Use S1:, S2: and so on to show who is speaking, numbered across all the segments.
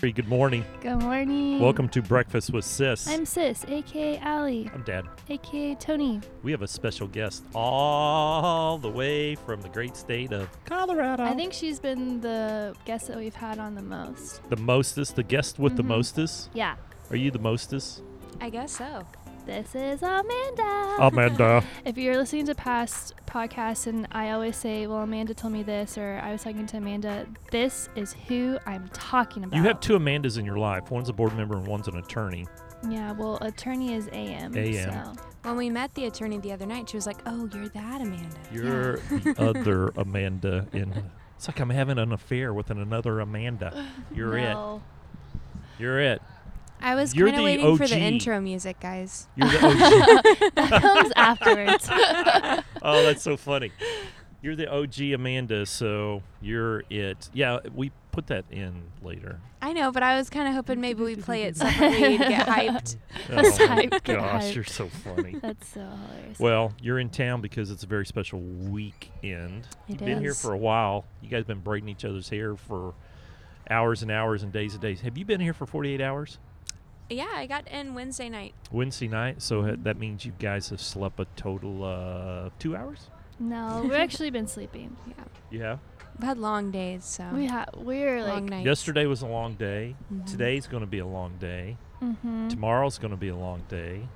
S1: Good morning.
S2: Good morning.
S1: Welcome to Breakfast with Sis.
S2: I'm Sis, aka Allie,
S1: I'm Dad.
S2: aka Tony.
S1: We have a special guest all the way from the great state of Colorado.
S2: I think she's been the guest that we've had on the most.
S1: the mostest, the guest with
S2: Mhm.
S1: the mostest.
S2: Yeah.
S1: Are you the mostest?
S3: I guess so.
S2: This is Amanda.
S1: Oh, Amanda.
S2: If you're listening to past podcasts and I always say, well, Amanda told me this, or I was talking to Amanda, this is who I'm talking about.
S1: you have two Amandas in your life. One's a board member and one's an attorney.
S2: Yeah, well, attorney is AM.
S1: AM.
S2: So.
S3: When we met the attorney the other night, she was like, "Oh, you're that Amanda."
S1: You're the other Amanda in it's like I'm having an affair with an- another Amanda. You're
S2: no.
S1: it. You're it.
S3: I was
S1: You're
S3: kind of
S1: the
S3: waiting for the
S1: OG.
S3: intro music, guys.
S1: You're the OG.
S2: that comes afterwards.
S1: oh, that's so funny. You're the OG Amanda, so you're it. Yeah, we put that in later.
S3: I know, but I was kind of hoping maybe we play it separately to get hyped.
S2: That's
S1: oh my
S2: hype, get
S1: gosh,
S2: hype.
S1: you're so funny.
S2: That's so hilarious.
S1: well, you're in town because it's a very special weekend.
S2: It
S1: You've been here
S2: is.
S1: for a while. You guys been braiding each other's hair for hours and hours and days and days. Have you been here for 48 hours?
S3: Yeah, I got in Wednesday night.
S1: Wednesday night, so
S2: Mm-hmm.
S1: ha- that means you guys have slept a total of two hours.
S2: no, we've actually been sleeping.
S3: Yeah,
S1: You have.
S3: I've had long days, so
S2: We ha- we're
S3: long
S2: like,
S3: nights.
S1: Yesterday was a long day.
S3: Mhm.
S1: Today's going to be a long day.
S2: mm-hmm,
S1: Tomorrow's going to be a long day.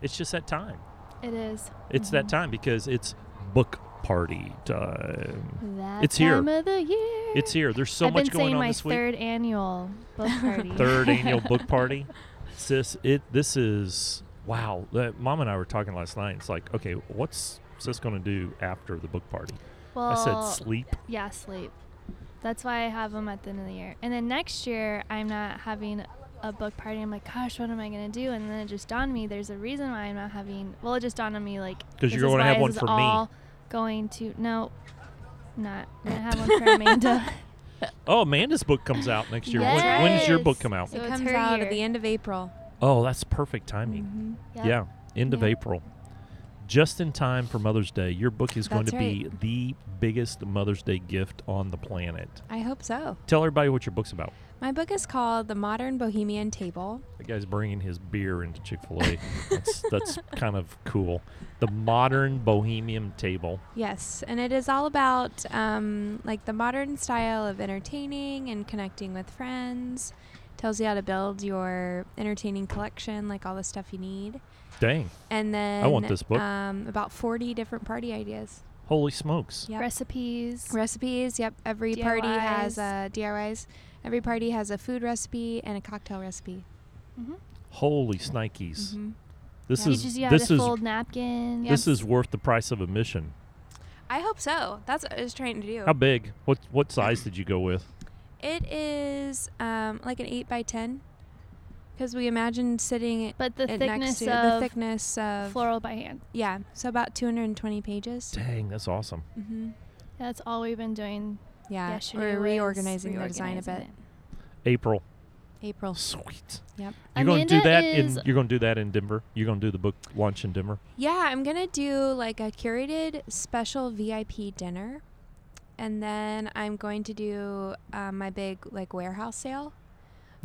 S1: It's just that time.
S2: it is.
S1: It's
S2: Mm-hmm.
S1: that time because it's book party time.
S2: That
S1: It's here.
S2: time of the year.
S1: It's here. There's so
S2: Mm-hmm. I've
S1: much
S2: been
S1: going
S2: saying
S1: on
S2: my
S1: this week.
S2: third annual book party.
S1: Third annual book party. Sis, it this is wow. Uh, Mom and I were talking last night. It's like, okay, what's sis going to do after the book party?
S2: well,
S1: I said sleep.
S2: yeah, sleep. That's why I have them at the end of the year. And then next year, I'm not having a book party. I'm like, gosh, what am I gonna do? And then it just dawned on me, there's a reason why I'm not having. Well, it just dawned on me, like,
S1: 'Cause you're
S2: this is
S1: gonna
S2: why
S1: have
S2: this
S1: one
S2: is
S1: for me.
S2: all Going to no, not gonna have one for Amanda.
S1: Oh, Amanda's book comes out next year. When, when does your book
S2: Yes.
S1: come out?
S2: So
S3: it
S2: it's
S3: comes
S2: her
S3: out
S2: year.
S3: at the end of April.
S1: Oh, that's perfect timing.
S3: Mhm.
S2: Yep.
S1: Yeah, end of
S2: Yeah.
S1: April. Just in time for Mother's Day. Your book is going
S3: That's
S1: to be the biggest Mother's Day gift on the planet.
S3: I hope so.
S1: Tell everybody what your book's about.
S3: My book is called The Modern Bohemian Table.
S1: That guy's bringing his beer into Chick fil A. that's, that's kind of cool. The modern bohemian table.
S3: Yes, and it is all about um, like the modern style of entertaining and connecting with friends. Tells you how to build your entertaining collection, like all the stuff you need,
S1: Dang.
S3: and then
S1: want this book.
S3: Um, about forty different party ideas,
S1: Holy smokes.
S3: Yep.
S2: Recipes.
S3: recipes. Yep, every party has
S2: DIYs.
S3: a DIYs. Every party has a food recipe and a cocktail recipe.
S2: hmm
S1: Holy snikes.
S3: Mhm.
S1: This
S3: Yeah.
S2: You
S1: is
S2: just you
S1: this
S2: had a
S1: is
S2: fold napkin.
S1: this is worth the price of admission.
S3: I hope so. That's what I was trying to do.
S1: How big? What what size did you go with?
S3: It is um, like an eight by ten, because we imagined sitting it
S2: But the
S3: it
S2: thickness
S3: next to
S2: of
S3: the thickness of
S2: floral by hand.
S3: yeah, so about 220 pages.
S1: Dang, that's awesome.
S3: Mm-hmm.
S2: That's all we've been doing.
S3: Yeah,
S2: yesterday
S3: we're
S2: was
S3: reorganizing the design a bit.
S2: reorganizing it.
S1: April.
S3: April.
S1: Sweet.
S3: Yep.
S1: You're going to do
S2: Amanda
S1: that
S2: is-
S1: in you're going to do that in Denver. You're going to do the book launch in Denver.
S3: Yeah, I'm gonna do like a curated special VIP dinner, and then I'm going to do um, my big like warehouse sale,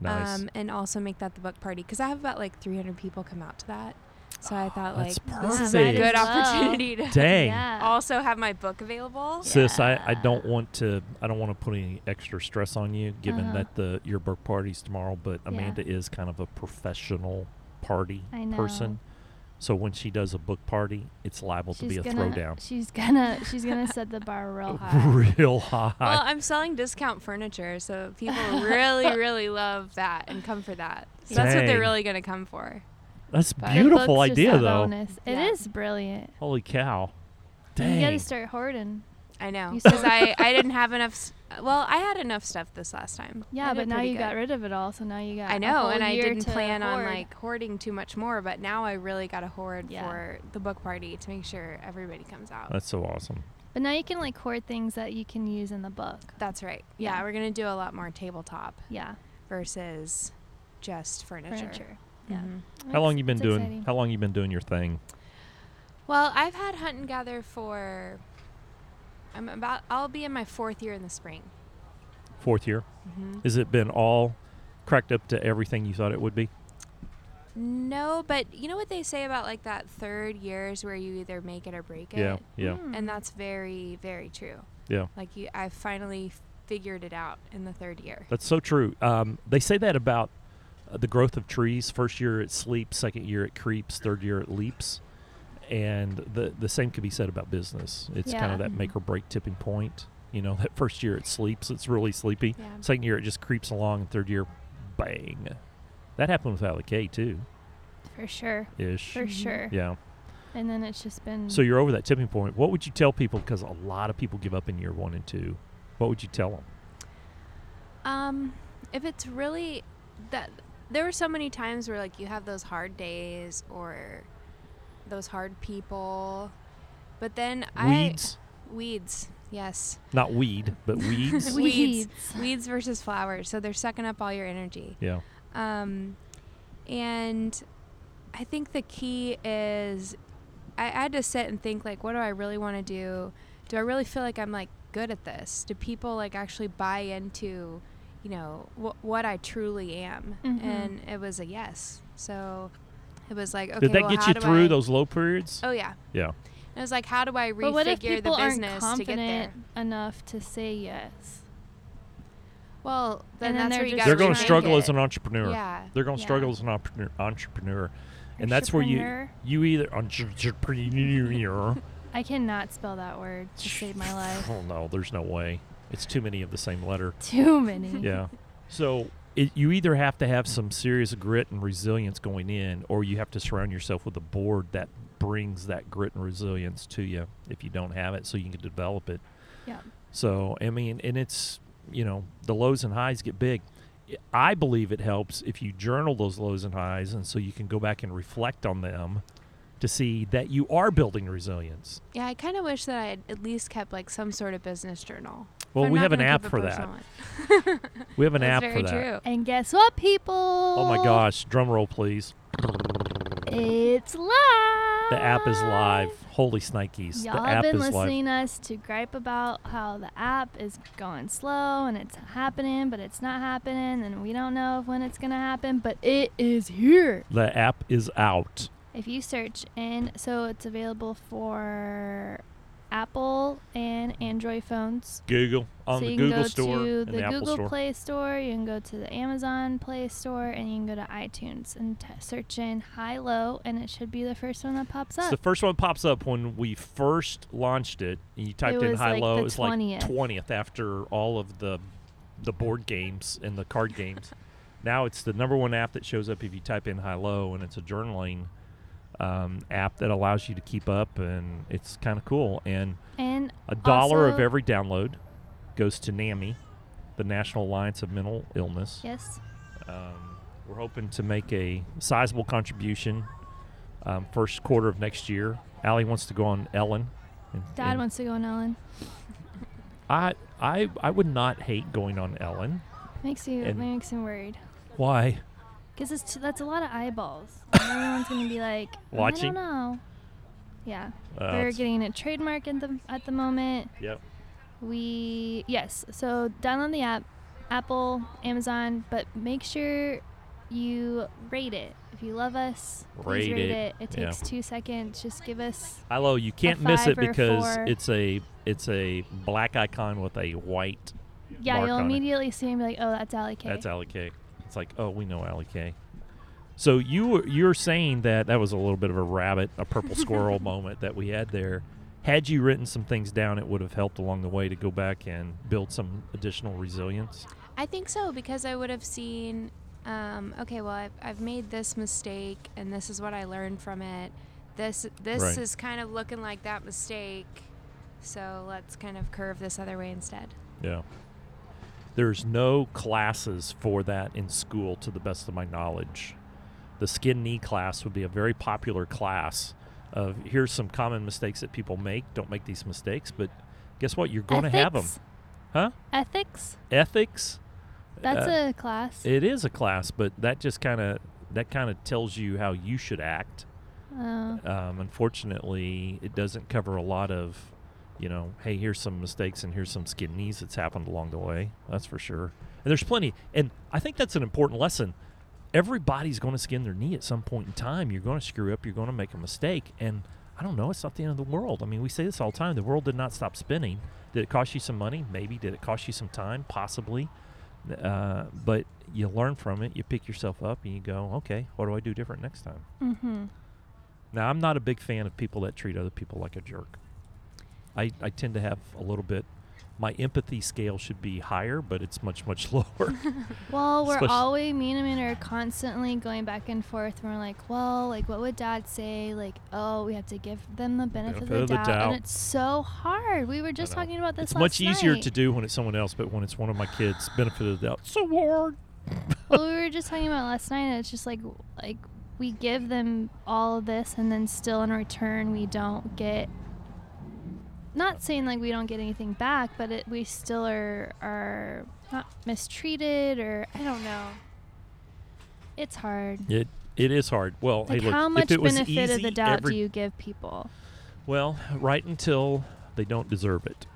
S1: Nice.
S3: um, and also make that the book party because I have about like 300 people come out to that. So I thought like
S1: That's
S3: this is
S1: perfect.
S3: a good
S2: Wow.
S3: opportunity to
S1: Dang.
S2: Yeah.
S3: also have my book available.
S1: Sis, I, I
S2: Yeah.
S1: don't want to I don't want to put any extra stress on you given
S2: Uh-huh.
S1: that the your book party's tomorrow, but
S2: Yeah.
S1: Amanda is kind of a professional party
S2: I know.
S1: person. So when she does a book party, it's liable to be
S2: She's
S1: a
S2: gonna,
S1: throwdown.
S2: She's gonna she's gonna set the bar real high.
S1: Real high.
S3: Well, I'm selling discount furniture, so people really, really love that and come for that. So that's what
S1: Dang.
S3: they're really going to come for.
S1: That's a
S3: but-
S2: The
S1: beautiful
S2: book's just a
S1: idea though.
S2: bonus. It
S3: Yeah.
S2: is brilliant.
S1: Holy cow.
S2: You
S1: Dang.
S2: gotta start hoarding.
S3: I know
S2: You
S3: because
S2: sold-
S3: I, I didn't have enough. s- Well, I had enough stuff this last time. I
S2: Yeah,
S3: did
S2: but now
S3: pretty
S2: you
S3: good.
S2: got rid of it all, so now you got.
S3: I
S2: a
S3: know,
S2: whole
S3: and I
S2: year
S3: didn't
S2: to
S3: plan on
S2: hoard.
S3: like hoarding too much more, but now I really got to hoard
S2: Yeah.
S3: for the book party to make sure everybody comes out.
S1: That's so awesome.
S2: But now you can like hoard things that you can use in the book.
S3: That's right. Yeah,
S2: Yeah.
S3: we're going to do a lot more tabletop
S2: Yeah,
S3: versus just furniture.
S2: furniture. Yeah.
S3: Mhm.
S1: How long
S2: It's-
S1: you been
S2: it's
S1: doing?
S2: exciting.
S1: How long you been doing your thing?
S3: Well, I've had hunt and gather for. I'm about. I'll be in my fourth year in the spring.
S1: Fourth year.
S3: Mm-hmm.
S1: Has it been all cracked up to everything you thought it would be?
S3: No, but you know what they say about like that third year is where you either make it or break it.
S1: Yeah. Yeah.
S2: Mm.
S3: And that's very, very true.
S1: Yeah.
S3: Like you, I finally figured it out in the third year.
S1: That's so true. Um, they say that about uh, the growth of trees. First year it sleeps, second year it creeps, third year it leaps. And the the same could be said about business. It's kind
S2: Yeah. Mm-hmm.
S1: of that make or break tipping point. You know, that first year it sleeps, it's really sleepy.
S3: Yeah.
S1: Second year it just creeps along, and third year, bang. That happened with Allie K too,
S2: for sure,
S1: ish.
S2: for
S3: Mhm.
S2: sure.
S1: Yeah.
S2: And then it's just been
S1: So you're over that tipping point. What would you tell people? Because a lot of people give up in year one and two. What would you tell them?
S3: Um, if it's really that, there were so many times where like you have those hard days or those hard people, but then
S1: Weeds,
S3: I weeds. Yes,
S1: not weed, but weeds.
S3: Weeds.
S2: weeds.
S3: weeds versus flowers. So they're sucking up all your energy.
S1: yeah.
S3: Um, and I think the key is I, I had to sit and think like, what do I really want to do? Do I really feel like I'm like good at this? Do people like actually buy into, you know, wh- what I truly am?
S2: Mhm.
S3: And it was a yes. So it was like, okay,
S1: Did that
S3: well,
S1: get
S3: how
S1: you
S3: do
S1: through
S3: I-
S1: those low periods?
S3: Oh yeah.
S1: Yeah.
S3: And it was like, how do I
S2: But what if
S3: refigure the
S2: people aren't
S3: business to get there?
S2: confident enough to say yes?
S3: Well, then,
S2: And then
S3: that's
S2: they're
S3: where you
S2: just
S3: got
S1: They're
S2: gonna
S1: going
S2: rethink
S1: to struggle
S2: it.
S1: as an entrepreneur.
S3: Yeah.
S1: They're going to
S2: Yeah.
S1: struggle as an entrepreneur, entrepreneur. and that's where you
S2: Entrepreneur.
S1: you either entrepreneur.
S2: I cannot spell that word to save my life.
S1: Oh no, there's no way. It's too many of the same letter.
S2: Too many.
S1: Yeah. So it, you either have to have some serious grit and resilience going in, or you have to surround yourself with a board that brings that grit and resilience to you. If you don't have it, so you can develop it.
S2: Yeah.
S1: So I mean, and it's you know the lows and highs get big. I I believe it helps if you journal those lows and highs, and so you can go back and reflect on them to see that you are building resilience.
S3: Yeah, I kind of wish that I had at least kept like some sort of business journal. If
S1: Well,
S3: I'm
S1: we
S3: not
S1: have an
S3: gonna
S1: app
S3: keep a
S1: for
S3: personal
S1: that.
S3: one.
S1: We have an
S3: That's
S1: app
S3: very
S1: for that.
S3: true.
S2: And guess what, people?
S1: Oh my gosh! Drum roll, please.
S2: It's live.
S1: The app is live. Holy snikes.
S2: Y'all
S1: the
S2: have
S1: app
S2: been
S1: is live.
S2: listening us to gripe about how the app is going slow and it's happening, but it's not happening, and we don't know if when it's gonna happen, but it is here.
S1: The app is out.
S2: If you search, and so it's available for Apple and Android phones.
S1: Google on
S2: so
S1: the
S2: you
S1: Google
S2: can go
S1: Store
S2: to
S1: and
S2: the,
S1: the Apple
S2: Google
S1: Store.
S2: Play Store, you can go to the Amazon Play Store, and you can go to iTunes and t- search in high low, and it should be the first one that pops
S1: It's
S2: up.
S1: the first one pops up when we first launched it. and You typed in
S2: was
S1: high
S2: like
S1: low.
S2: the
S1: It's like
S2: 20th.
S1: twentieth after all of the the board games and the card games. Now it's the number one app that shows up if you type in high low, and it's a journaling um, app that allows you to keep up, and it's kind of cool. And
S2: and
S1: A dollar of
S2: Also-
S1: every download goes to NAMI, the National Alliance of Mental Illness.
S2: yes,
S1: Um, we're hoping to make a sizable contribution um, first quarter of next year. Allie wants to go on Ellen. And,
S2: Dad
S1: and
S2: wants to go on Ellen.
S1: I, I, I would not hate going on Ellen.
S2: Makes you
S1: And-
S2: makes him worried
S1: Why?
S2: because it's t- that's a lot of eyeballs. And Everyone's gonna be like
S1: Watching?
S2: I don't know. Yeah,
S1: Uh,
S2: they're
S1: it's-
S2: getting a trademark at the at the moment.
S1: Yep.
S2: We yes, so download the app, Apple, Amazon, but make sure you rate it. If you love us, please
S1: Rate
S2: rate
S1: it,
S2: it. It
S1: yeah.
S2: takes two seconds. Just give us
S1: High low, you can't miss it
S2: five or a
S1: because
S2: four.
S1: it's a it's a black icon with a white.
S2: yeah.
S1: Mark
S2: you'll
S1: on it.
S2: immediately see and be like, oh, that's Allie K.
S1: That's Alley K. It's like, oh, we know Alley K. So you were- you're saying that that was a little bit of a rabbit, a purple squirrel moment that we had there. Had you written some things down, it would have helped along the way to go back and build some additional resilience.
S3: I think so because I would have seen, um, okay, well, I've, I've made this mistake and this is what I learned from it. This this
S1: Right.
S3: is kind of looking like that mistake, so let's kind of curve this other way instead.
S1: Yeah. There's no classes for that in school, to the best of my knowledge. The skin knee class would be a very popular class of here's some common mistakes that people make. Don't make these mistakes, but guess what? You're going to have them.
S2: Ethics?
S1: Huh?
S2: Ethics.
S1: Ethics?
S2: That's
S1: Uh,
S2: a class.
S1: It is a class, but that just kind of that kind of tells you how you should act.
S2: Oh.
S1: Um, unfortunately, it doesn't cover a lot of, you know, hey, here's some mistakes and here's some skid knees that's happened along the way. That's for sure. And there's plenty. And I think that's an important lesson. Everybody's going to skin their knee at some point in time. You're going to screw up. You're going to make a mistake. And I don't know. It's not the end of the world. I mean, we say this all the time. The world did not stop spinning. Did it cost you some money? Maybe. Did it cost you some time? Possibly. Uh, but you learn from it. You pick yourself up and you go, okay, what do I do different next time?
S2: Mm-hmm.
S1: Now, I'm not a big fan of people that treat other people like a jerk. I, I tend to have a little bit, my empathy scale should be higher, but it's much, much lower.
S2: Well, we're
S1: Especially-
S2: always me and Amanda are constantly going back and forth, and we're like, well, like what would Dad say? Like, oh, we have to give them the benefit, of, the doubt,
S1: doubt.
S2: and it's so hard. We were just
S1: know.
S2: talking about this.
S1: it's much
S2: last
S1: easier
S2: night.
S1: to do when it's someone else, but when it's one of my kids, benefit of the doubt, so hard.
S2: well, we were just talking about last night, and it's just like, like we give them all of this, and then still in return, we don't get. Not saying like we don't get anything back, but it, we still are are not mistreated, or I don't know. It's hard.
S1: It it is hard. Well,
S2: Like
S1: hey, look,
S2: how much
S1: if it was
S2: benefit of
S1: easy,
S2: the doubt
S1: every-
S2: do you give people?
S1: Well, right until they don't deserve it,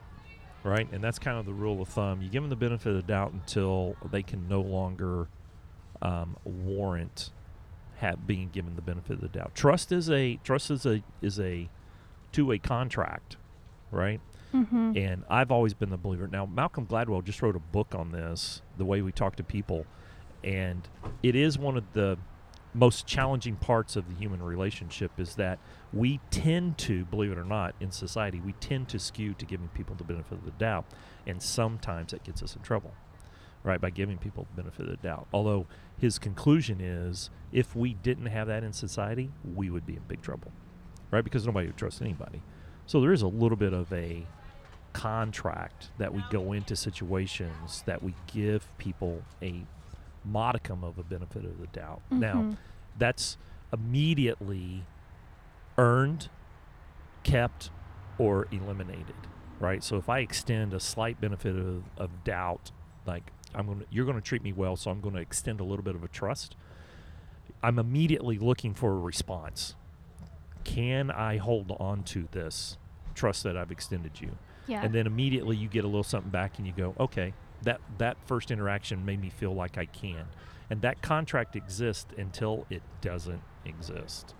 S1: right? And that's kind of the rule of thumb. You give them the benefit of the doubt until they can no longer um, warrant have being given the benefit of the doubt. Trust is a trust is a is a two-way contract, right?
S2: Mm-hmm.
S1: And I've always been the believer. Now, Malcolm Gladwell just wrote a book on this, the way we talk to people, and it is one of the most challenging parts of the human relationship is that we tend to, believe it or not, in society, we tend to skew to giving people the benefit of the doubt, and sometimes that gets us in trouble, right? By giving people the benefit of the doubt. Although his conclusion is, if we didn't have that in society, we would be in big trouble, right? Because nobody would trust anybody. So there is a little bit of a contract that we go into situations that we give people a modicum of a benefit of the doubt. Now,
S2: Mhm.
S1: that's immediately earned, kept, or eliminated, right? So if I extend a slight benefit of, of doubt, like I'm going to you're going to treat me well, so I'm going to extend a little bit of a trust. I'm immediately looking for a response. Can I hold on to this trust that I've extended you?
S2: Yeah.
S1: and then immediately you get a little something back and you go okay that that first interaction made me feel like i can and that contract exists until it doesn't exist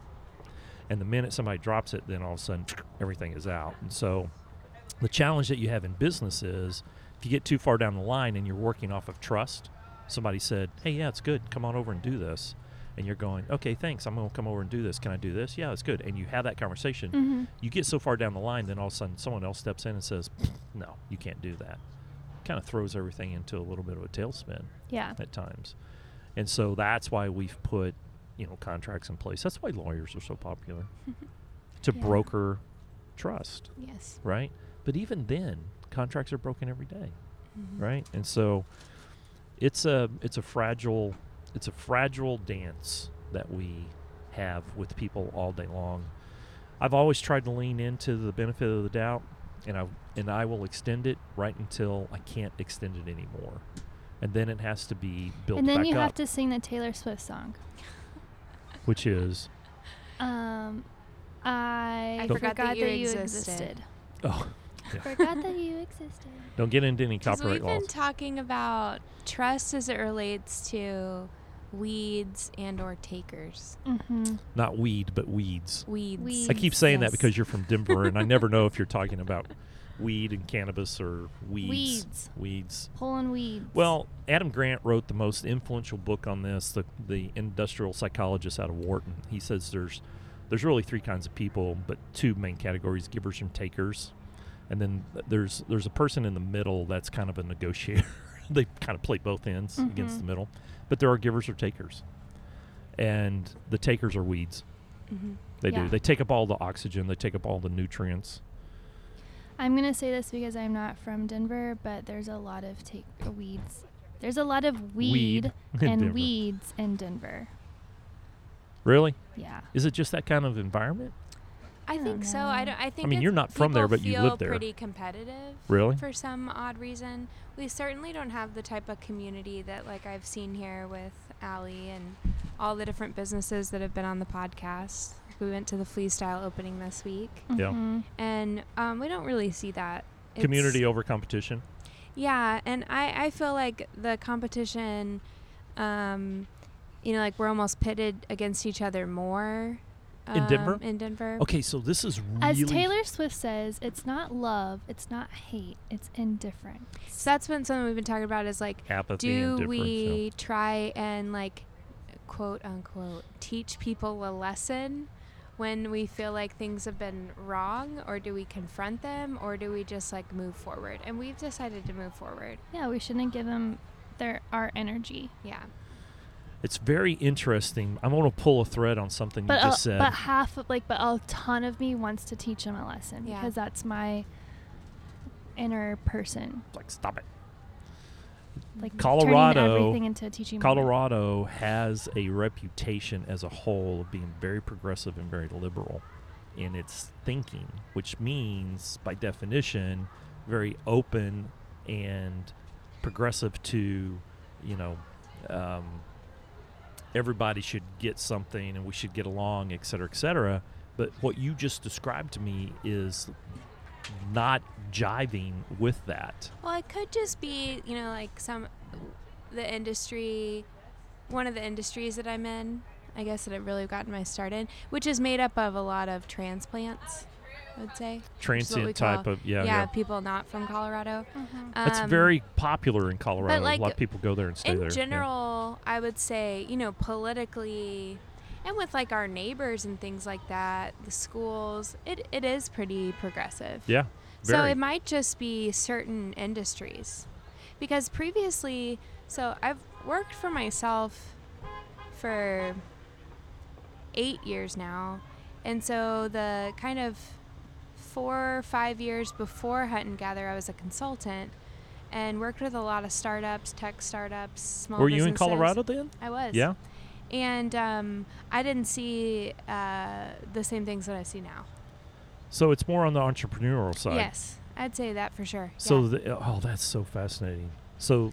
S1: and the minute somebody drops it then all of a sudden everything is out and so the challenge that you have in business is if you get too far down the line and you're working off of trust somebody said hey yeah it's good come on over and do this and you're going okay thanks i'm going to come over and do this can i do this yeah it's good and you have that conversation
S2: hmm
S1: you get so far down the line, then all of a sudden someone else steps in and says, "No, you can't do that." Kind of throws everything into a little bit of a tailspin
S2: Yeah.
S1: at times, and so that's why we've put, you know, contracts in place. That's why lawyers are so popular to
S2: Yeah.
S1: broker trust,
S3: Yes.
S1: right? But even then, contracts are broken every day
S2: Mm.
S1: right? And so it's a it's a fragile it's a fragile dance that we have with people all day long. I've always tried to lean into the benefit of the doubt and I and I will extend it right until I can't extend it anymore. And then it has to be built
S2: And then
S1: back
S2: you
S1: up,
S2: have to sing the Taylor Swift song.
S1: which is
S2: Um, I,
S3: I
S2: forgot, that you,
S3: existed.
S2: existed.
S1: oh, yeah.
S2: forgot that you existed.
S1: don't get into any
S3: Because
S1: copyright
S3: we've been
S1: laws.
S3: talking about trust as it relates to weeds and or takers.
S2: Mm-hmm.
S1: Not weed, but weeds.
S3: Weeds.
S2: Weeds.
S1: I keep saying
S3: Yes.
S1: that because you're from Denver, and I never know if you're talking about weed and cannabis or weeds.
S2: Weeds.
S1: Weeds.
S2: Pulling weeds.
S1: Well, Adam Grant wrote the most influential book on this, the, the industrial psychologist out of Wharton. He says there's there's really three kinds of people, but two main categories: givers and takers. And then there's there's a person in the middle that's kind of a negotiator. they kind of play both ends against
S2: Mhm.
S1: the middle, but there are givers or takers, and the takers are weeds.
S3: Mhm.
S1: They
S2: Yeah.
S1: do. They take up all the oxygen. They take up all the nutrients.
S2: I'm gonna say this because I'm not from Denver, but there's a lot of take uh, weeds. There's a lot of weed,
S1: in
S2: and
S1: Denver.
S2: weeds in Denver.
S1: Really?
S2: Yeah.
S1: Is it just that kind of environment?
S3: I
S2: don't
S3: think so. I
S2: know.
S3: don't. I think.
S1: mean,
S3: it's-
S1: you're not from there,
S3: people
S1: but you
S3: feel
S1: live there.
S3: Pretty competitive.
S1: Really?
S3: For some odd reason, we certainly don't have the type of community that like I've seen here with Allie and all the different businesses that have been on the podcast. We went to the Flea Style opening this week,
S1: Yeah.
S2: Mhm.
S3: and um, we don't really see that. It's-
S1: Community over competition.
S3: yeah, and I, I feel like the competition, um, you know, like we're almost pitted against each other more.
S1: In Denver?
S3: um, In Denver.
S1: Okay, so this is
S2: As
S1: really
S2: Taylor Swift says, it's not love, it's not hate, it's indifferent.
S3: So that's been something we've been talking about is like,
S1: apathy and
S3: do
S1: difference. yeah.
S3: we try and like, quote unquote, teach people a lesson when we feel like things have been wrong, or do we confront them, or do we just like move forward? And we've decided to move forward.
S2: Yeah, we shouldn't give them their our energy.
S3: Yeah.
S1: It's very interesting. I'm going to pull a thread on something
S2: But
S1: you
S2: a,
S1: just said.
S2: but half of, like but a ton of me wants to teach them a lesson
S3: Yeah.
S2: because that's my inner person.
S1: like, stop it.
S2: Like
S1: Colorado-
S2: turning everything into a teaching. moment.
S1: Colorado has a reputation as a whole of being very progressive and very liberal in its thinking, which means, by definition, very open and progressive to, you know, um, everybody should get something and we should get along, et cetera, et cetera. But what you just described to me is not jiving with that.
S3: Well, it could just be, you know, like some the industry, one of the industries that I'm in. I guess that it really gotten my start in, which is made up of a lot of transplants. I would say which is what we
S1: Transient type
S3: call-
S1: of, yeah,
S3: yeah,
S1: yeah.
S3: people not from Colorado.
S2: Mhm.
S1: That's
S3: Um,
S1: very popular in Colorado.
S3: like,
S1: a lot of people go there and stay
S3: in
S1: there. yeah.
S3: general. I would say, you know, politically, and with like our neighbors and things like that, the schools, it, it is pretty progressive.
S1: Yeah.
S3: So
S1: very.
S3: it might just be certain industries. Because previously, so I've worked for myself for eight years now. And so the kind of four or five years before Hunt and Gather, I was a consultant and worked with a lot of startups, tech startups, small
S1: Were you in
S3: businesses.
S1: Colorado then?
S3: I was.
S1: Yeah.
S3: And um, I didn't see uh, the same things that I see now.
S1: So it's more on the entrepreneurial side.
S3: Yes, I'd say that for sure.
S1: So
S3: yeah.
S1: the, oh, that's so fascinating. So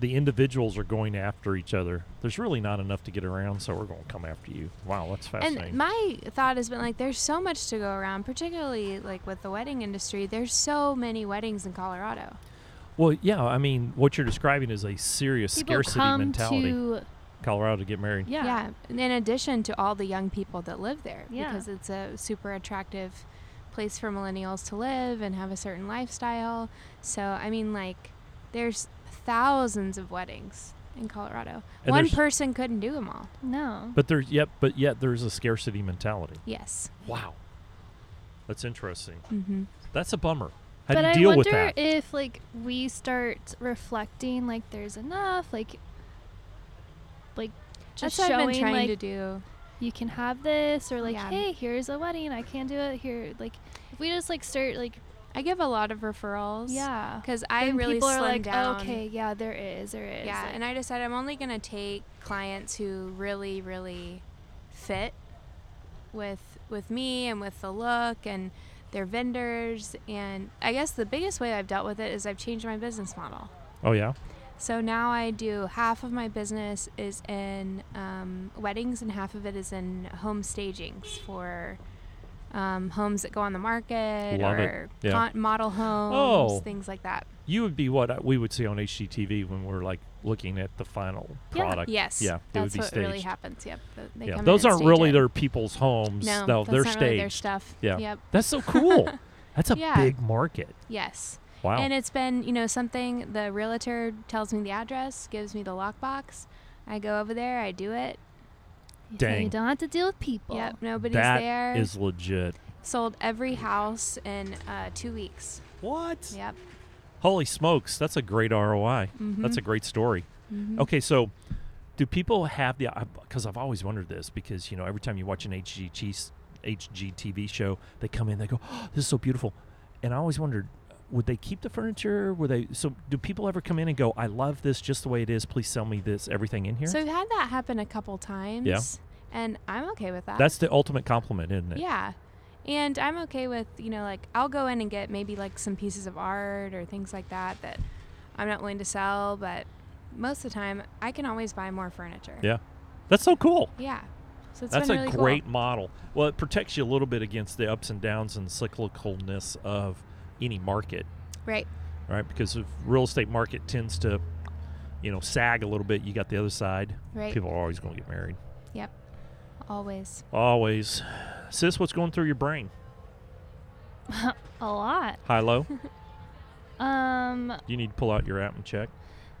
S1: the individuals are going after each other. There's really not enough to get around, so we're going to come after you. Wow, that's fascinating.
S3: And my thought has been like, there's so much to go around, particularly like with the wedding industry. There's so many weddings in Colorado.
S1: well, yeah, I mean, what you're describing is a serious
S2: People
S1: scarcity
S2: come
S1: mentality.
S2: to
S1: Colorado to get married.
S2: yeah.
S3: And In addition to all the young people that live there,
S2: Yeah.
S3: because it's a super attractive place for millennials to live and have a certain lifestyle. So, I mean, like, there's thousands of weddings in Colorado.
S1: And
S3: One
S1: there's-
S3: person couldn't do them all.
S2: No.
S1: But there's yep, but yet there's a scarcity mentality.
S3: Yes.
S1: Wow. That's interesting.
S3: Mm-hmm.
S1: That's a bummer. How
S2: but
S1: do you
S2: I
S1: deal
S2: wonder
S1: with that?
S2: if like we start reflecting like there's enough like like
S3: That's
S2: just
S3: what
S2: showing
S3: I've been trying
S2: like
S3: to do.
S2: you can have this or like
S3: Yeah.
S2: hey here's a wedding I can do it here like if we just like start like
S3: I give a lot of referrals.
S2: yeah
S3: Because I
S2: then
S3: really
S2: people are
S3: slimmed
S2: like
S3: down.
S2: "Oh, okay yeah there is there is
S3: Yeah,
S2: like,
S3: and I decided I'm only gonna take clients who really, really fit with with me and with the look and their vendors. And I guess the biggest way I've dealt with it is I've changed my business model.
S1: oh yeah.
S3: So now I do half of my business is in um, weddings and half of it is in home stagings for um, homes that go on the market
S1: Love it.
S3: or
S1: Yeah.
S3: con- model homes,
S1: Oh.
S3: things like that.
S1: You would be what uh, we would see on HGTV when we're like looking at the final
S2: Yeah.
S1: product.
S3: Yes.
S1: Yeah, they would
S3: That's
S1: be
S3: what
S1: staged.
S3: really happens. Yep. th- They
S1: yeah,
S3: come in
S1: those
S3: and
S1: aren't
S3: stage
S1: really
S3: it.
S1: their people's homes.
S3: No, that's
S1: they're
S3: not
S1: staged.
S3: really their stuff.
S1: Yeah.
S3: Yep.
S1: That's so cool. that's a
S3: Yeah.
S1: big market.
S3: Yes.
S1: Wow.
S3: And it's been, you know, something the realtor tells me the address, gives me the lockbox. I go over there, I do it.
S2: you-
S1: Dang.
S2: you don't have to deal with people
S3: Yep. Nobody's
S1: That
S3: there.
S1: is legit.
S3: Sold every house in uh, two weeks.
S1: What?
S3: Yep.
S1: Holy smokes, that's a great ROI.
S3: Mm-hmm.
S1: That's a great story. Okay, so do people have the because I've always wondered this because you know every time you watch an HGT HGTV show, they come in, they go, oh, "This is so beautiful," and I always wondered, would they keep the furniture? Were they so? Do people ever come in and go, "I love this just the way it is. Please sell me this everything in here."
S3: So we've had that happen a couple times. And I'm okay with that.
S1: That's the ultimate compliment, isn't it?
S3: Yeah. And I'm okay with, you know, like I'll go in and get maybe like some pieces of art or things like that that I'm not willing to sell, but most of the time I can always buy more furniture.
S1: Yeah. That's so cool.
S3: Yeah. So it's
S1: That's
S3: been
S1: a
S3: really
S1: great
S3: cool.
S1: model. Well, it protects you a little bit against the ups and downs and cyclicalness of any market,
S3: Right.
S1: right? Because if real estate market tends to, you know, sag a little bit, you got the other side.
S3: Right.
S1: People are always going to get married.
S3: Yep. Always.
S1: Always. Sis, what's going through your brain?
S2: a lot.
S1: High low?
S2: Um,
S1: you need to pull out your app and check.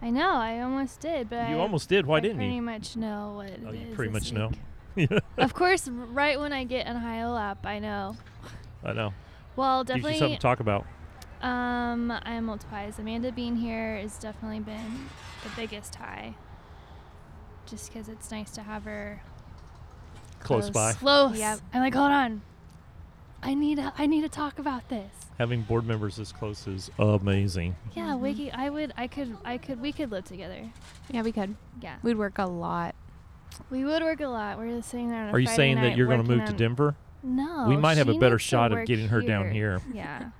S2: I know. I almost did, but
S1: you
S2: I,
S1: almost did. Why
S2: I
S1: didn't
S2: pretty
S1: you?
S2: much know what. it
S1: Oh, you
S2: is
S1: pretty
S2: this
S1: much know.
S2: week. of course, r- right when I get an IO app, I know.
S1: I know.
S2: Well,
S1: Gives you something
S2: definitely.
S1: to talk about.
S2: Um, I am multiplies. Amanda being here has definitely been the biggest high. Just because it's nice to have her
S1: Close, by.
S3: Close.
S2: close.
S3: Yep.
S2: I'm like, hold on. I need a, I need to talk about this.
S1: Having board members this close is amazing.
S2: Yeah,
S3: Mhm.
S2: Wiggy, I would, I could, I could, we could live together.
S3: Yeah, we could.
S2: Yeah,
S3: We'd work a lot.
S2: we would work a lot. We're just sitting there. On a
S1: Are you
S2: Friday
S1: saying
S2: night
S1: that you're going to
S2: working
S1: move to
S2: on-
S1: Denver?
S2: No,
S1: we might have a
S2: she
S1: better
S2: needs to
S1: shot of
S2: work
S1: getting her down here.
S2: Yeah,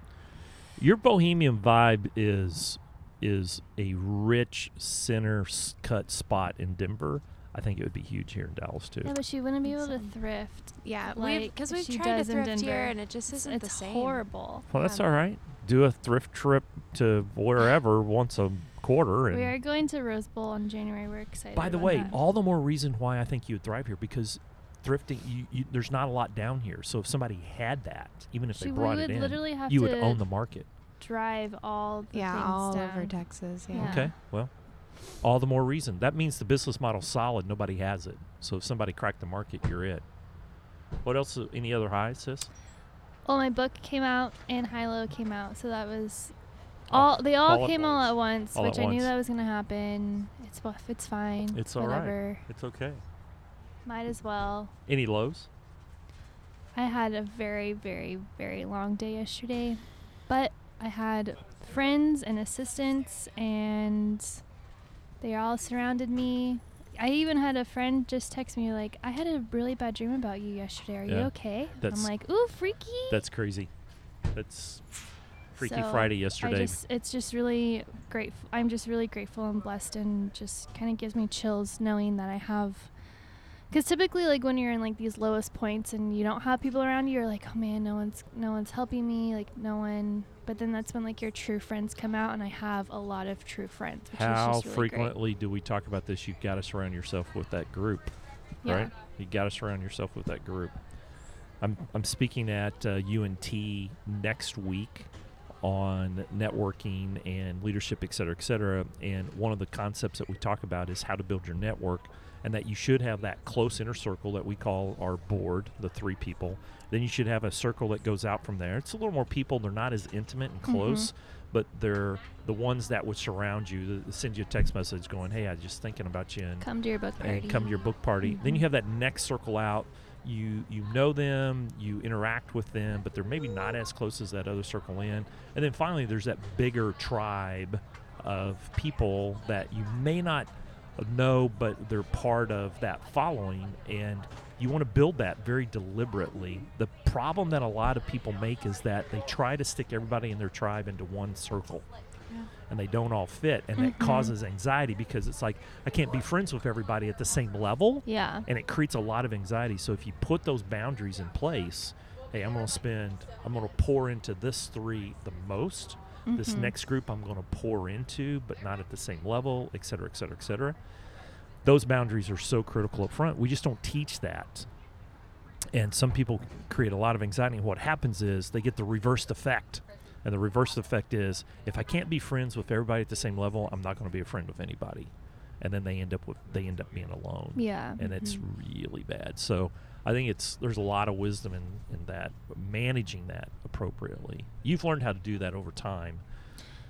S1: Your bohemian vibe is is a rich center s- cut spot in Denver. I think it would be huge here in Dallas too.
S2: yeah, but she wouldn't be able to
S3: Awesome.
S2: thrift.
S3: Yeah,
S2: Like
S3: because we've
S2: she
S3: tried to
S2: does in
S3: thrift here
S2: Denver.
S3: and it just isn't
S2: it's
S3: the same.
S2: horrible.
S1: well, that's
S3: um,
S1: all right. Do a thrift trip to wherever once a quarter. And
S2: We are going to Rose Bowl on January. We're excited.
S1: by the
S2: about
S1: way,
S2: that.
S1: all the more reason why I think you would thrive here because thrifting. You, you, there's not a lot down here, so if somebody had that, even if
S2: she,
S1: they
S2: we
S1: brought
S2: would
S1: it in,
S2: literally have
S1: you
S2: to
S1: would own the market.
S2: drive all the
S3: Yeah,
S2: things
S3: all
S2: down.
S3: over Texas. Yeah.
S2: Yeah.
S1: Okay, well, all the more reason. That means the business model's solid. Nobody has it. So if somebody cracked the market, you're it. What else? uh, Any other highs, sis?
S2: Well, my book came out and High Low came out, so that was
S1: Oh,
S2: all. They all
S1: all at
S2: came all
S1: once.
S2: at once,
S1: All at
S2: which I
S1: once.
S2: knew that was gonna happen. It's fu- it's fine.
S1: It's all right.
S2: whatever.
S1: It's okay.
S2: Might as well.
S1: Any lows?
S2: I had a very very very long day yesterday, but I had friends and assistants, and they all surrounded me. I even had a friend just text me like, "I had a really bad dream about you yesterday. Are you
S1: Yeah.
S2: okay?"
S1: That's-
S2: I'm like, "Ooh, freaky."
S1: That's crazy. That's Freaky
S2: So,
S1: Friday
S2: I
S1: yesterday.
S2: just, it's just really grateful. I'm just really grateful and blessed, and just kind of gives me chills knowing that I have. Because typically, like when you're in like these lowest points and you don't have people around you, you're like, oh man, no one's no one's helping me, like no one. But then that's when like your true friends come out, and I have a lot of true friends, which is
S1: How
S2: just really Great.
S1: frequently do we talk about this? You've got to surround yourself with that group,
S2: Yeah.
S1: right? You got to surround yourself with that group. I'm I'm speaking at uh, UNT next week on networking and leadership, et cetera, et cetera. And one of the concepts that we talk about is how to build your network, and that you should have that close inner circle that we call our board, the three people. Then you should have a circle that goes out from there. It's a little more people; they're not as intimate and close, but they're the ones that would surround you, that send you a text message going, "Hey, I was just thinking about you," and
S2: Come to your book party.
S1: and come to your book party. Then you have that next circle out. You you know them, you interact with them, but they're maybe not as close as that other circle in. And then finally, there's that bigger tribe of people that you may not know, but they're part of that following, and you want to build that very deliberately. The problem that a lot of people make is that they try to stick everybody in their tribe into one circle and they don't all fit and that causes anxiety because it's like i can't be friends with everybody at the same level
S2: Yeah.
S1: and it creates a lot of anxiety so if you put those boundaries in place hey i'm going to spend i'm going to pour into this three the most this next group i'm going to pour into but not at the same level et cetera et cetera et cetera those boundaries are so critical up front we just don't teach that and some people create a lot of anxiety and what happens is they get the reversed effect and the reverse effect is if i can't be friends with everybody at the same level i'm not going to be a friend with anybody and then they end up with they end up being alone
S2: Yeah. Mm-hmm.
S1: and it's really bad so i think it's there's a lot of wisdom in in that but managing that appropriately you've learned how to do that over time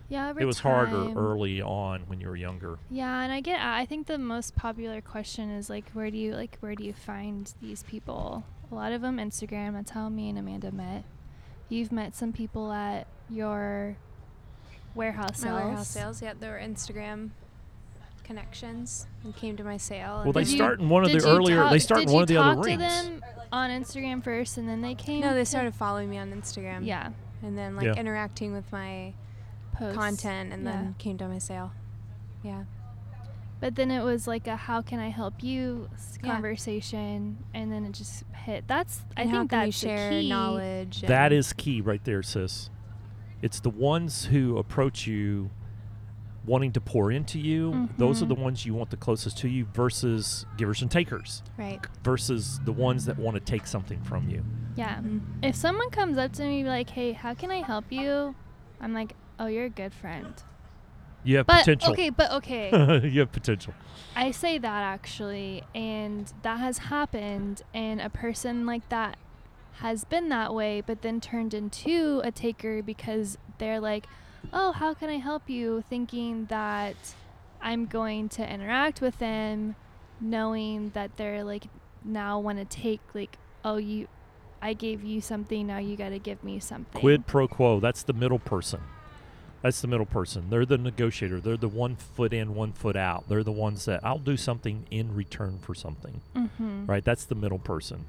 S2: Yeah. over
S1: it was
S2: time-
S1: harder early on when you were younger
S2: Yeah, and I get I think the most popular question is like where do you like where do you find these people? A lot of them Instagram, that's how me and Amanda met. You've met some people at your warehouse
S3: My
S2: sales.
S3: warehouse sales. Yeah, there were Instagram connections and came to my sale.
S1: well
S3: and
S1: they
S2: Did you-
S3: then-
S1: start in one of
S2: Did
S1: the
S2: you
S1: earlier
S2: talk-
S1: they start
S2: did
S1: in one
S2: you
S1: of the other
S2: talk
S1: rings
S2: to them on Instagram first and then they came
S3: No, they
S2: to-
S3: started following me on Instagram.
S2: Yeah.
S3: And then like
S1: Yeah.
S3: interacting with my
S2: Posts.
S3: content and
S2: Yeah.
S3: then came to my sale. Yeah.
S2: But then it was like a how can I help you s-
S3: Yeah.
S2: conversation, and then it just hit. That's I
S3: And how
S2: think
S3: can
S2: that's
S3: you
S2: the
S3: share
S2: key.
S3: knowledge.
S1: That
S3: and-
S1: is key right there, sis. It's the ones who approach you wanting to pour into you. Those are
S2: Mhm.
S1: the ones you want the closest to you versus givers and takers
S3: right.
S1: versus the ones that want to take something from you.
S2: Yeah.
S3: Mm.
S2: If someone comes up to me like, "Hey, how can I help you?" I'm like, "Oh, you're a good friend."
S1: You have
S2: But
S1: potential.
S2: okay, but okay.
S1: you have potential.
S2: I say that actually, and that has happened, and a person like that has been that way, but then turned into a taker because they're like, oh, how can I help you? Thinking that I'm going to interact with them, knowing that they're like now want to take, like, oh, you, I gave you something, now you got to give me something.
S1: Quid pro quo. That's the middle person. That's the middle person. They're the negotiator. They're the one foot in, one foot out. They're the ones that I'll do something in return for something.
S2: Mm-hmm.
S1: right? That's the middle person.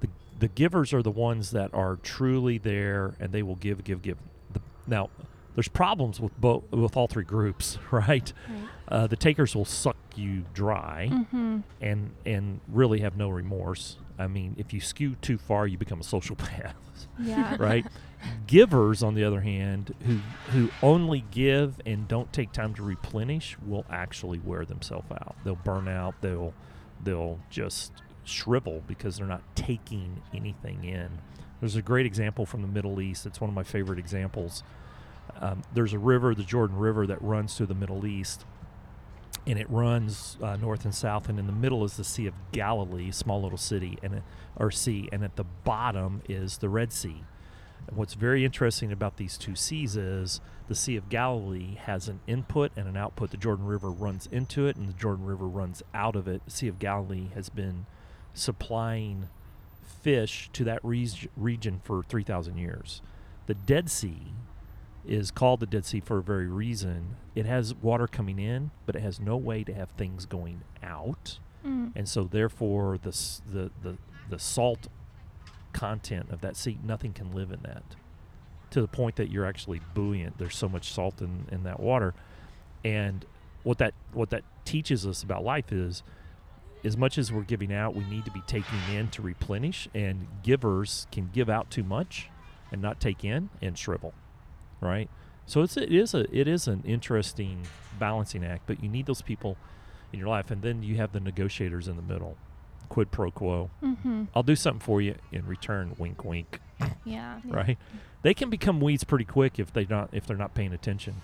S1: The, the givers are the ones that are truly there, and they will give, give, give. The, now, there's problems with both with all three groups, right?
S2: Right.
S1: Uh, the takers will suck you dry
S2: Mm-hmm.
S1: and and really have no remorse. I mean, if you skew too far, you become a social path,
S2: Yeah.
S1: right? givers, on the other hand, who who only give and don't take time to replenish, will actually wear themselves out. They'll burn out. They'll they'll just shrivel because they're not taking anything in. There's a great example from the Middle East. It's one of my favorite examples. Um, there's a river, the Jordan River, that runs through the Middle East, and it runs uh, north and south. And in the middle is the Sea of Galilee, small little city, and it- or sea, and at the bottom is the Red Sea. And what's very interesting about these two seas is the Sea of Galilee has an input and an output. The Jordan River runs into it, and the Jordan River runs out of it. The Sea of Galilee has been supplying fish to that reg- region for 3,000 years. The Dead Sea is called the Dead Sea for a very reason. It has water coming in, but it has no way to have things going out
S2: Mm.
S1: and so therefore the s- the the, the salt content of that sea nothing can live in that to the point that you're actually buoyant there's so much salt in, in that water and what that what that teaches us about life is as much as we're giving out we need to be taking in to replenish and givers can give out too much and not take in and shrivel right so it's it is a it is an interesting balancing act but you need those people in your life and then you have the negotiators in the middle quid pro quo
S2: Mm-hmm.
S1: i'll do something for you in return wink wink
S2: Yeah.
S1: right they can become weeds pretty quick if they not if they're not paying attention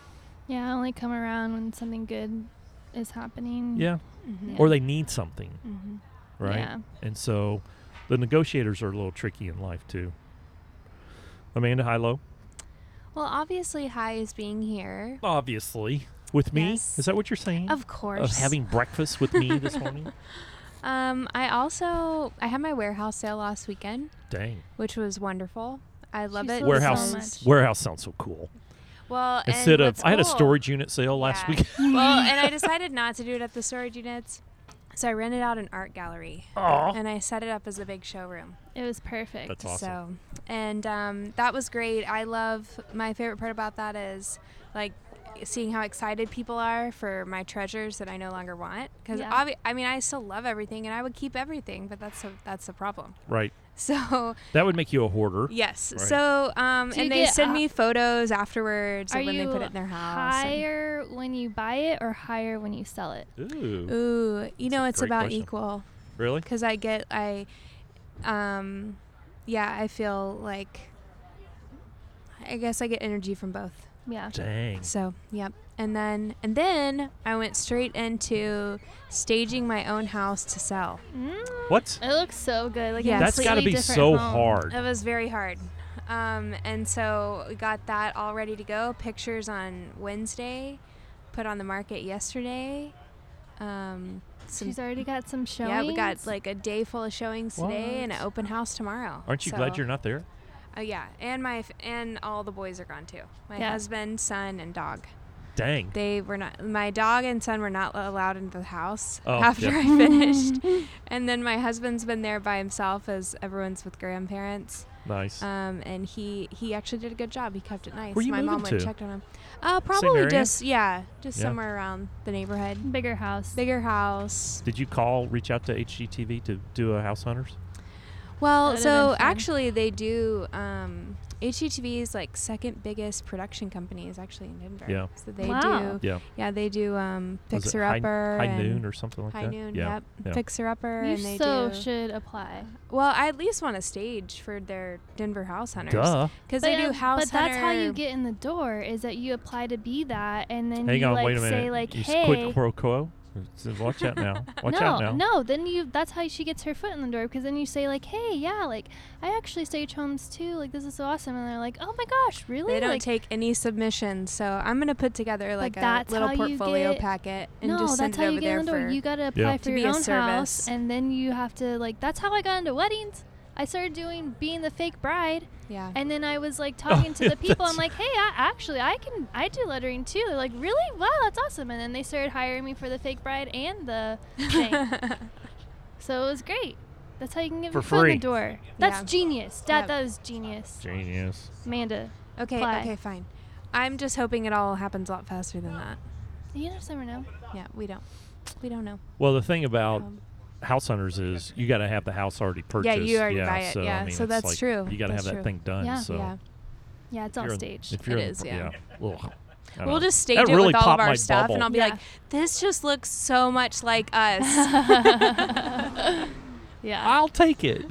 S2: Yeah, I only come around when something good is happening.
S1: yeah
S3: Mhm.
S1: or they need something
S2: Mm-hmm.
S3: Mhm.
S1: right
S2: Yeah.
S1: and so the negotiators are a little tricky in life too amanda high low
S3: Well, obviously, Hi is being here.
S1: obviously with me
S3: Yes.
S1: is that what you're saying
S3: Of course.
S1: of having breakfast with me this morning
S3: Um, I also I had my warehouse sale last weekend,
S1: dang
S3: which was wonderful. I love
S2: She
S3: it.
S2: sold
S1: Warehouse.
S2: So
S3: because-
S2: much.
S1: warehouse sounds so cool
S3: Well, and
S1: instead of
S3: what's
S1: i had a
S3: cool-
S1: storage unit sale last
S3: Yeah.
S1: week
S3: well, and I decided not to do it at the storage units, so I rented out an art gallery
S1: oh
S3: and I set it up as a big showroom.
S2: It was perfect.
S1: That's awesome.
S3: So, and um, that was great. I love my favorite part about that is like seeing how excited people are for my treasures that I no longer want. Because
S2: Yeah.
S3: I mean, I still love everything, and I would keep everything, but that's the that's the problem.
S1: right
S3: So
S1: That would make you a hoarder.
S3: yes,
S1: Right.
S3: so um,
S2: Do you
S3: and they
S2: get
S3: send
S2: a-
S3: me photos afterwards
S2: Are
S3: of when they put
S2: you
S3: it in their house. and-
S2: Higher when you buy it or higher when you sell it?
S1: Ooh.
S3: Ooh, you
S1: That's a
S3: know it's
S1: great
S3: about
S1: question.
S3: equal
S1: Really?
S3: because I get I, um, yeah, I feel like. I guess I get energy from both.
S2: Yeah.
S1: Dang.
S3: So, yep. And then and then I went straight into staging my own house to sell.
S2: Mm.
S1: What?
S2: It looks so good. Like a
S3: Yeah.
S1: That's got to
S2: completely
S1: be
S2: different
S1: so
S2: home.
S1: hard.
S3: It was very hard. Um, and so we got that all ready to go. Pictures on Wednesday, put on the market yesterday. Um, some,
S2: She's already got some showings.
S3: yeah, we got like a day full of showings today and an
S1: What?
S3: open house tomorrow.
S1: Aren't you glad you're not there?
S3: Oh yeah, and my f- and all the boys are gone too. My
S2: Yeah.
S3: husband, son, and dog.
S1: Dang.
S3: They were not. My dog and son were not allowed into the house
S1: Oh,
S3: after
S1: yeah.
S3: I finished. and then my husband's been there by himself as everyone's with grandparents.
S1: Nice.
S3: Um, and he he actually did a good job. He kept it nice.
S1: Where you
S3: My mom
S1: moving
S3: went
S1: to?
S3: checked on him. Uh, probably
S1: area?
S3: just yeah, just
S1: Yeah.
S3: somewhere around the neighborhood.
S2: Bigger house.
S3: Bigger house.
S1: Did you call, reach out to HGTV to do a House Hunters?
S3: Well,
S2: That would've been
S3: so
S2: fun.
S3: actually they do um HGTV's like second biggest production company is actually in Denver.
S1: Yeah.
S3: So they
S2: Wow.
S3: do
S1: Yeah.
S3: yeah, they do um
S1: Was it
S3: Fixer
S1: High-
S3: Upper
S1: High
S3: and
S1: noon or something like
S3: High
S1: that.
S3: Noon,
S1: Yeah.
S3: yep.
S1: yeah.
S3: Fixer Upper
S2: You
S3: and they
S2: so
S3: do
S2: should apply.
S3: Well, I at least want a stage for their Denver House Hunters.
S1: Duh.
S3: Because they
S2: But,
S3: do
S2: uh,
S3: house
S2: But that's how you
S3: hunter-
S2: get in the door is that you apply to be that, and then
S1: Hang
S2: you
S1: on,
S2: like
S1: wait a minute.
S2: say like,
S1: you s-
S2: "Hey,
S1: quid pro quo. Watch out now. Watch
S2: no,
S1: out now.
S2: no." Then you that's how she gets her foot in the door because then you say like, "Hey, yeah, like I actually stage homes too. Like this is so awesome," and they're like, "Oh my gosh, really?"
S3: They don't
S2: like,
S3: take any submissions, so I'm gonna put together like a
S2: that's
S3: little
S2: how you
S3: portfolio
S2: get-
S3: packet and
S2: no,
S3: just send
S2: that's
S3: it
S2: how
S3: over
S2: you get
S3: there
S2: in the door.
S3: for.
S2: You gotta apply
S1: Yeah.
S2: for
S3: To be
S2: your
S3: a
S2: own house,
S3: service.
S2: and then you have to like. That's how I got into weddings. I started doing being the fake bride,
S3: yeah.
S2: and then I was like talking
S1: Oh,
S2: to
S1: yeah,
S2: the people. I'm
S1: that's-
S2: like, hey, I, actually, I can, I do lettering too. They're like, really? Wow, that's awesome. And then they started hiring me for the fake bride and the thing. so it was great. That's how you can get
S1: For
S2: your foot
S1: free.
S2: in the door. That's
S3: Yeah.
S2: genius. Dad,
S3: Yep.
S2: that was genius.
S1: Genius.
S2: Amanda,
S3: okay.
S2: Apply.
S3: Okay. Fine. I'm just hoping it all happens a lot faster than that.
S2: you just never know.
S3: Yeah. We don't. We don't know.
S1: Well, the thing about
S3: Um,
S1: house hunters is you got to have the house already
S3: Yeah,
S1: purchased.
S3: you already buy it.
S1: So, I
S3: Yeah,
S1: mean,
S3: so
S1: it's
S3: that's
S1: like,
S3: true.
S1: You got to have
S3: That's
S1: that
S3: true.
S1: thing done.
S2: Yeah.
S1: so
S3: yeah.
S2: Yeah, it's
S1: if
S2: all
S1: you're in-
S2: staged.
S1: If you're
S3: It
S1: in-
S3: is, yeah.
S1: Ugh, I don't know.
S3: We'll just stage
S1: That
S3: it
S1: really
S3: with all
S1: popped
S3: of our
S1: my
S3: stuff,
S1: bubble.
S3: and I'll be
S2: Yeah.
S3: like, "This just looks so much like us."
S2: yeah.
S1: I'll take it.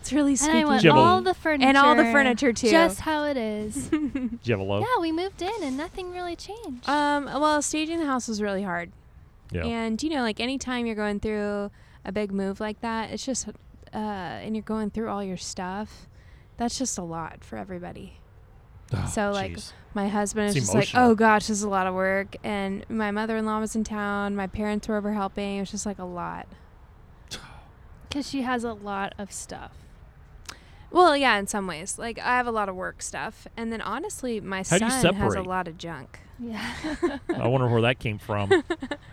S3: it's really
S2: And I
S3: squeaky.
S2: want
S1: Jibble.
S2: all the furniture.
S3: And all the furniture, too.
S2: Just how it is.
S1: Givolo.
S2: yeah, we moved in and nothing really changed.
S3: um. Well, staging the house was really hard.
S1: Yeah.
S3: And you know, like anytime you're going through a big move like that, it's just, uh, and you're going through all your stuff, that's just a lot for everybody.
S1: Oh,
S3: so, like,
S1: jeez.
S3: My husband is
S1: It's
S3: just like,
S1: emotional.
S3: oh gosh, this is a lot of work. And my mother in law was in town. My parents were over helping. It was just like a lot.
S2: Because she has a lot of stuff.
S3: Well, yeah, in some ways. Like, I have a lot of work stuff. And then honestly, my
S1: How do you
S3: son has a
S1: separate?
S3: lot of junk.
S2: Yeah.
S1: I wonder where that came from.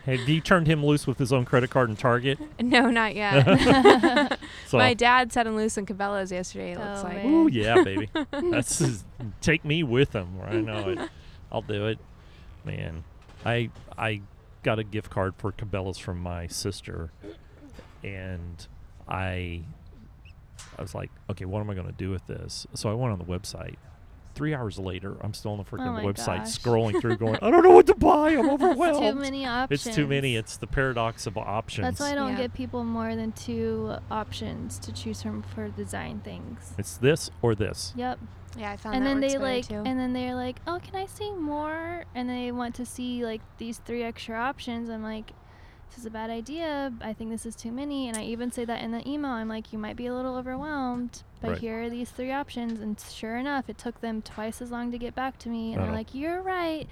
S1: Have you turned him loose with his own credit card and Target?
S3: No, not yet.
S1: So,
S3: My dad set him loose in Cabela's yesterday, it looks
S2: Oh,
S3: like.
S2: man.
S1: ooh, yeah, baby. That's his, take me with him. I know it. I'll do it. Man, I I got a gift card for Cabela's from my sister, and I I was like, okay, what am I going to do with this? So I went on the website. Three hours later, I'm still on the freaking
S2: Oh my
S1: website
S2: gosh.
S1: scrolling through, going, I don't know what to buy. I'm
S2: It's
S1: overwhelmed.
S2: too many options.
S1: It's too many. It's the paradox of options.
S2: That's why I don't
S3: Yeah.
S2: give people more than two options to choose from for design things.
S1: It's this or this.
S2: Yep.
S3: Yeah, I found
S2: And
S3: that
S2: then
S3: works
S2: they
S3: better,
S2: like
S3: too.
S2: and then they're like, "Oh, can I see more?" And they want to see like these three extra options. I'm like, "This is a bad idea. I think this is too many." And I even say that in the email. I'm like, "You might be a little overwhelmed, but
S1: Right.
S2: here are these three options." And sure enough, it took them twice as long to get back to me. And
S1: Oh.
S2: they're like, "You're right.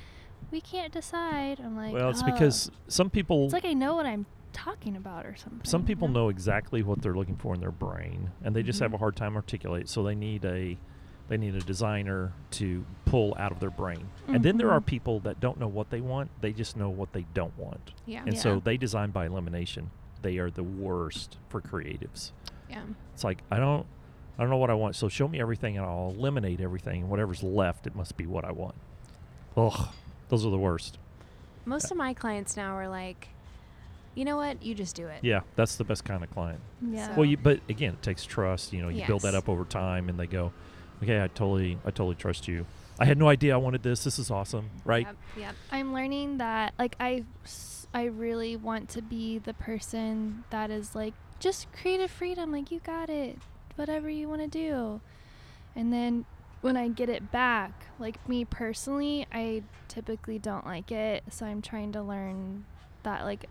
S2: We can't decide." I'm like,
S1: well, it's
S2: "Oh."
S1: because some people
S2: It's like I know what I'm talking about or something.
S1: some
S2: you
S1: people know exactly what they're looking for in their brain, and they just
S2: Mm-hmm.
S1: have a hard time articulate. So they need a they need a designer to pull out of their brain. And then there are
S2: Mhm.
S1: people that don't know what they want. They just know what they don't want,
S3: yeah.
S1: and
S2: Yeah.
S1: so they design by elimination. They are the worst for creatives.
S3: yeah.
S1: It's like I don't I don't know what I want. So show me everything, and I'll eliminate everything. And whatever's left, it must be what I want. Ugh, those are the worst.
S3: Most of my clients now are like, you know what? You just do it.
S1: Yeah, that's the best kind of client.
S2: Yeah.
S1: Well, you but again, it takes trust. You know, you build that
S3: Yes.
S1: up over time, and they go, "Okay, I totally, I totally trust you. I had no idea I wanted this. This is awesome, right?
S3: Yep. Yep.
S2: I'm learning that like I s- I really want to be the person that is like just creative freedom like you got it whatever you want to do. And then when I get it back, like me personally, I typically don't like it, so I'm trying to learn that like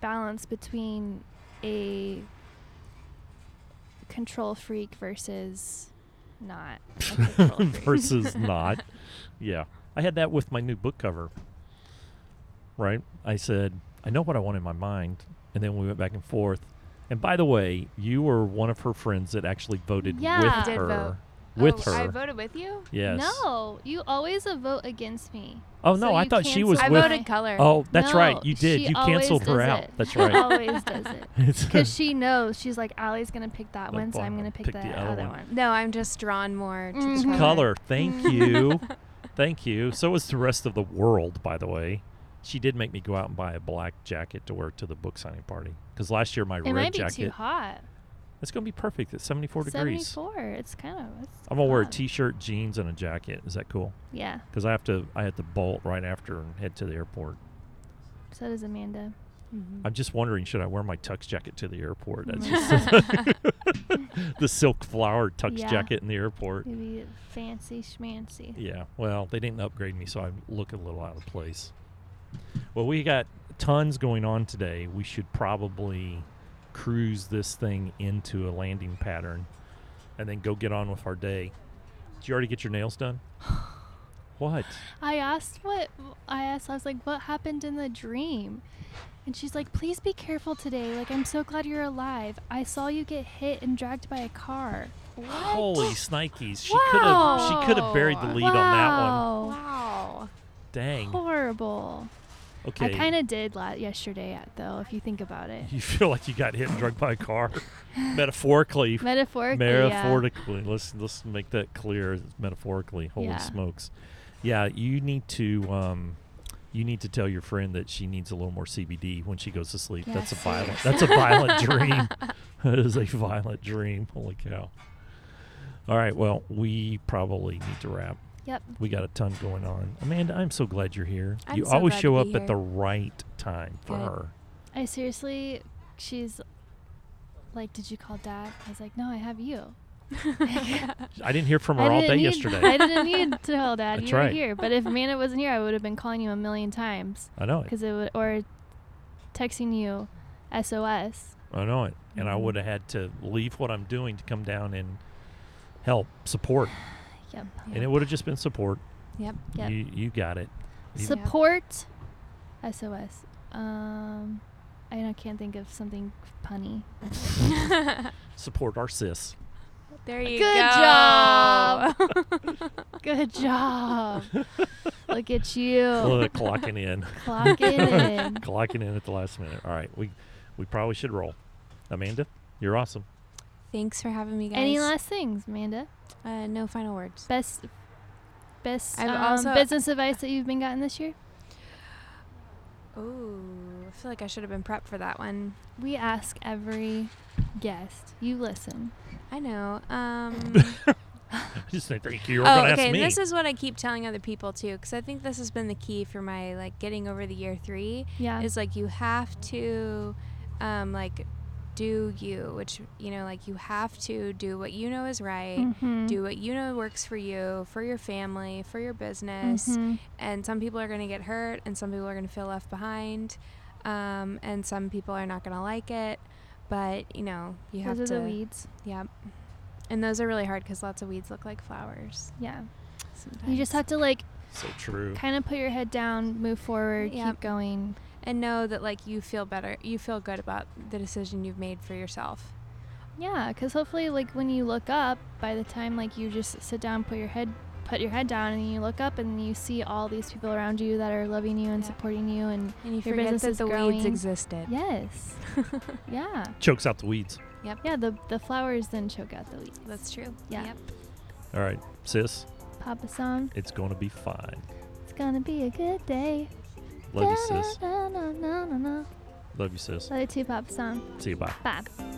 S2: balance between a control freak versus not a control freak.
S1: Versus not. Yeah, I had that with my new book cover. Right? I said, I know what I want in my mind, and then we went back and forth. And by the way, you were one of her friends that actually voted
S2: Yeah. I
S1: with
S3: did
S1: her
S3: vote.
S1: with
S3: oh, I
S1: her.
S3: voted with you.
S1: yes.
S2: No, you always a vote against me.
S1: Oh no,
S2: So
S1: I
S2: you
S1: thought she
S2: canceled
S1: was
S3: I
S2: With-
S3: voted color.
S1: Oh, that's
S2: No,
S1: right. You did.
S2: she
S1: You
S2: always
S1: canceled her
S2: does
S1: out.
S2: it.
S1: That's
S2: She
S1: right.
S2: always does it.
S1: It's-
S2: Because she knows she's like Allie's gonna pick that
S1: The
S2: one, so I'm
S1: bottom.
S2: gonna pick,
S1: Pick
S2: the,
S1: the other
S2: other,
S1: one.
S2: one.
S3: No, I'm just drawn more to
S2: Mhm.
S3: the color.
S1: color.
S3: Mm-hmm.
S1: Thank you. Thank you. So was the rest of the world, by the way. She did make me go out and buy a black jacket to wear to the book signing party. Because last year my
S2: It
S1: red
S2: might be too
S1: jacket
S2: hot.
S1: it's gonna be perfect. It's seventy four degrees.
S2: 74. It's kind of. It's
S1: I'm gonna wear a
S2: hot.
S1: t shirt, jeans, and a jacket. Is that cool?
S2: Yeah.
S1: Because I have to I had to bolt right after and head to the airport.
S2: So does Amanda.
S3: Mhm.
S1: I'm just wondering, should I wear my tux jacket to the airport? That's
S3: Mhm.
S1: just- the silk flower tux
S2: Yeah.
S1: jacket in the airport.
S2: Maybe fancy schmancy.
S1: Yeah. Well, they didn't upgrade me, so I look a little out of place. Well, we got tons going on today. We should probably cruise this thing into a landing pattern and then go get on with our day. Did you already get your nails done? What?
S2: I asked what I asked. I was like, "What happened in the dream?" And she's like, "Please be careful today. Like, I'm so glad you're alive. I saw you get hit and dragged by a car." What?
S1: Holy snikes. She could have she could have buried the
S3: Wow.
S1: lead on that one.
S2: wow.
S3: Wow.
S1: Dang.
S2: Horrible.
S1: Okay.
S2: I kind of did la- yesterday, uh, though, if you think about it.
S1: you feel like you got hit and drugged by a car. Metaphorically,
S2: Metaphorically, yeah.
S1: metaphorically. Let's let's make that clear. Metaphorically, holy
S2: Yeah.
S1: smokes! Yeah, you need to um, you need to tell your friend that she needs a little more CBD when she goes to sleep. that's a
S2: Yes,
S1: violent.
S2: yes.
S1: That's a violent dream. That is a violent dream. Holy cow! All right, well, we probably need to wrap.
S2: Yep.
S1: We got a ton going on. Amanda, I'm so glad you're here.
S3: I'm
S1: you
S3: so
S1: always
S3: glad to
S1: show up
S3: be
S1: at
S3: here.
S1: the right time for
S3: Good.
S1: her.
S2: I seriously, she's like, "Did you call dad?" I was like, "No, I have you."
S1: I didn't hear from her
S2: I
S1: all
S2: didn't
S1: day
S2: need,
S1: yesterday.
S2: I didn't need to call dad.
S1: That's
S2: you were
S1: right.
S2: here. But if Amanda wasn't here, I would have been calling you a million times
S1: I know it.
S2: because it would or texting you, SOS.
S1: I know it. And I
S3: Mhm.
S1: would have had to leave what I'm doing to come down and help support.
S2: Yep.
S1: And it would have just been support.
S3: Yep.
S2: Yep.
S1: You you got it. You-
S3: Sup-
S2: Support, SOS. Um, I don't- can't think of something punny.
S1: support our sis.
S3: there you go.
S2: Good job. Good job. Look at you
S3: Oh.
S1: Look, clocking in.
S2: clocking in.
S1: clocking in at the last minute. All right. We we probably should roll. Amanda, you're awesome.
S3: Thanks for having me, guys.
S2: Any last things, Amanda?
S3: Uh, no final words.
S2: Best, best
S3: I've
S2: um,
S3: also-
S2: business advice that you've been gotten this year?
S3: Ooh, I feel like I should have been prepped for that one.
S2: We ask every guest. You listen.
S3: I know. Um,
S1: Just say thank you. You're
S3: oh,
S1: gonna
S3: okay.
S1: ask me.
S3: This is what I keep telling other people too, because I think this has been the key for my like getting over the year three.
S2: Yeah.
S3: Is like you have to, um, like, do you, which you know, like you have to do what you know is right.
S2: Mhm.
S3: Do what you know works for you, for your family, for your business.
S2: Mhm.
S3: and some people are going to get hurt and some people are going to feel left behind um, and some people are not going to like it but you know you have
S2: Those
S3: to
S2: are the weeds.
S3: yeah and those are really hard because lots of weeds look like flowers
S2: Yeah.
S3: sometimes.
S2: You just have to like
S1: so true.
S2: kind of put your head down, move forward,
S3: Yep.
S2: keep going.
S3: and know that like you feel better you feel good about the decision you've made for yourself
S2: Yeah, because hopefully, like when you look up, by the time like you just sit down, put your head, put your head down, and you look up and you see all these people around you that are loving you and
S3: Yeah.
S2: supporting you, and
S3: and you
S2: Your
S3: forget
S2: business
S3: that
S2: is
S3: the weeds
S2: growing.
S3: existed
S2: yes, yeah,
S1: Chokes out the weeds.
S2: yeah. The the flowers then choke out the weeds.
S3: that's true
S2: Yeah.
S3: yep.
S1: All right. Sis,
S2: Pop a song.
S1: it's gonna be fine.
S2: It's gonna be a good day.
S1: Love you, sis.
S2: Da-na-na-na-na-na.
S1: Love you, sis.
S2: Love you too, Pop a song.
S1: See you bye.
S2: Bye.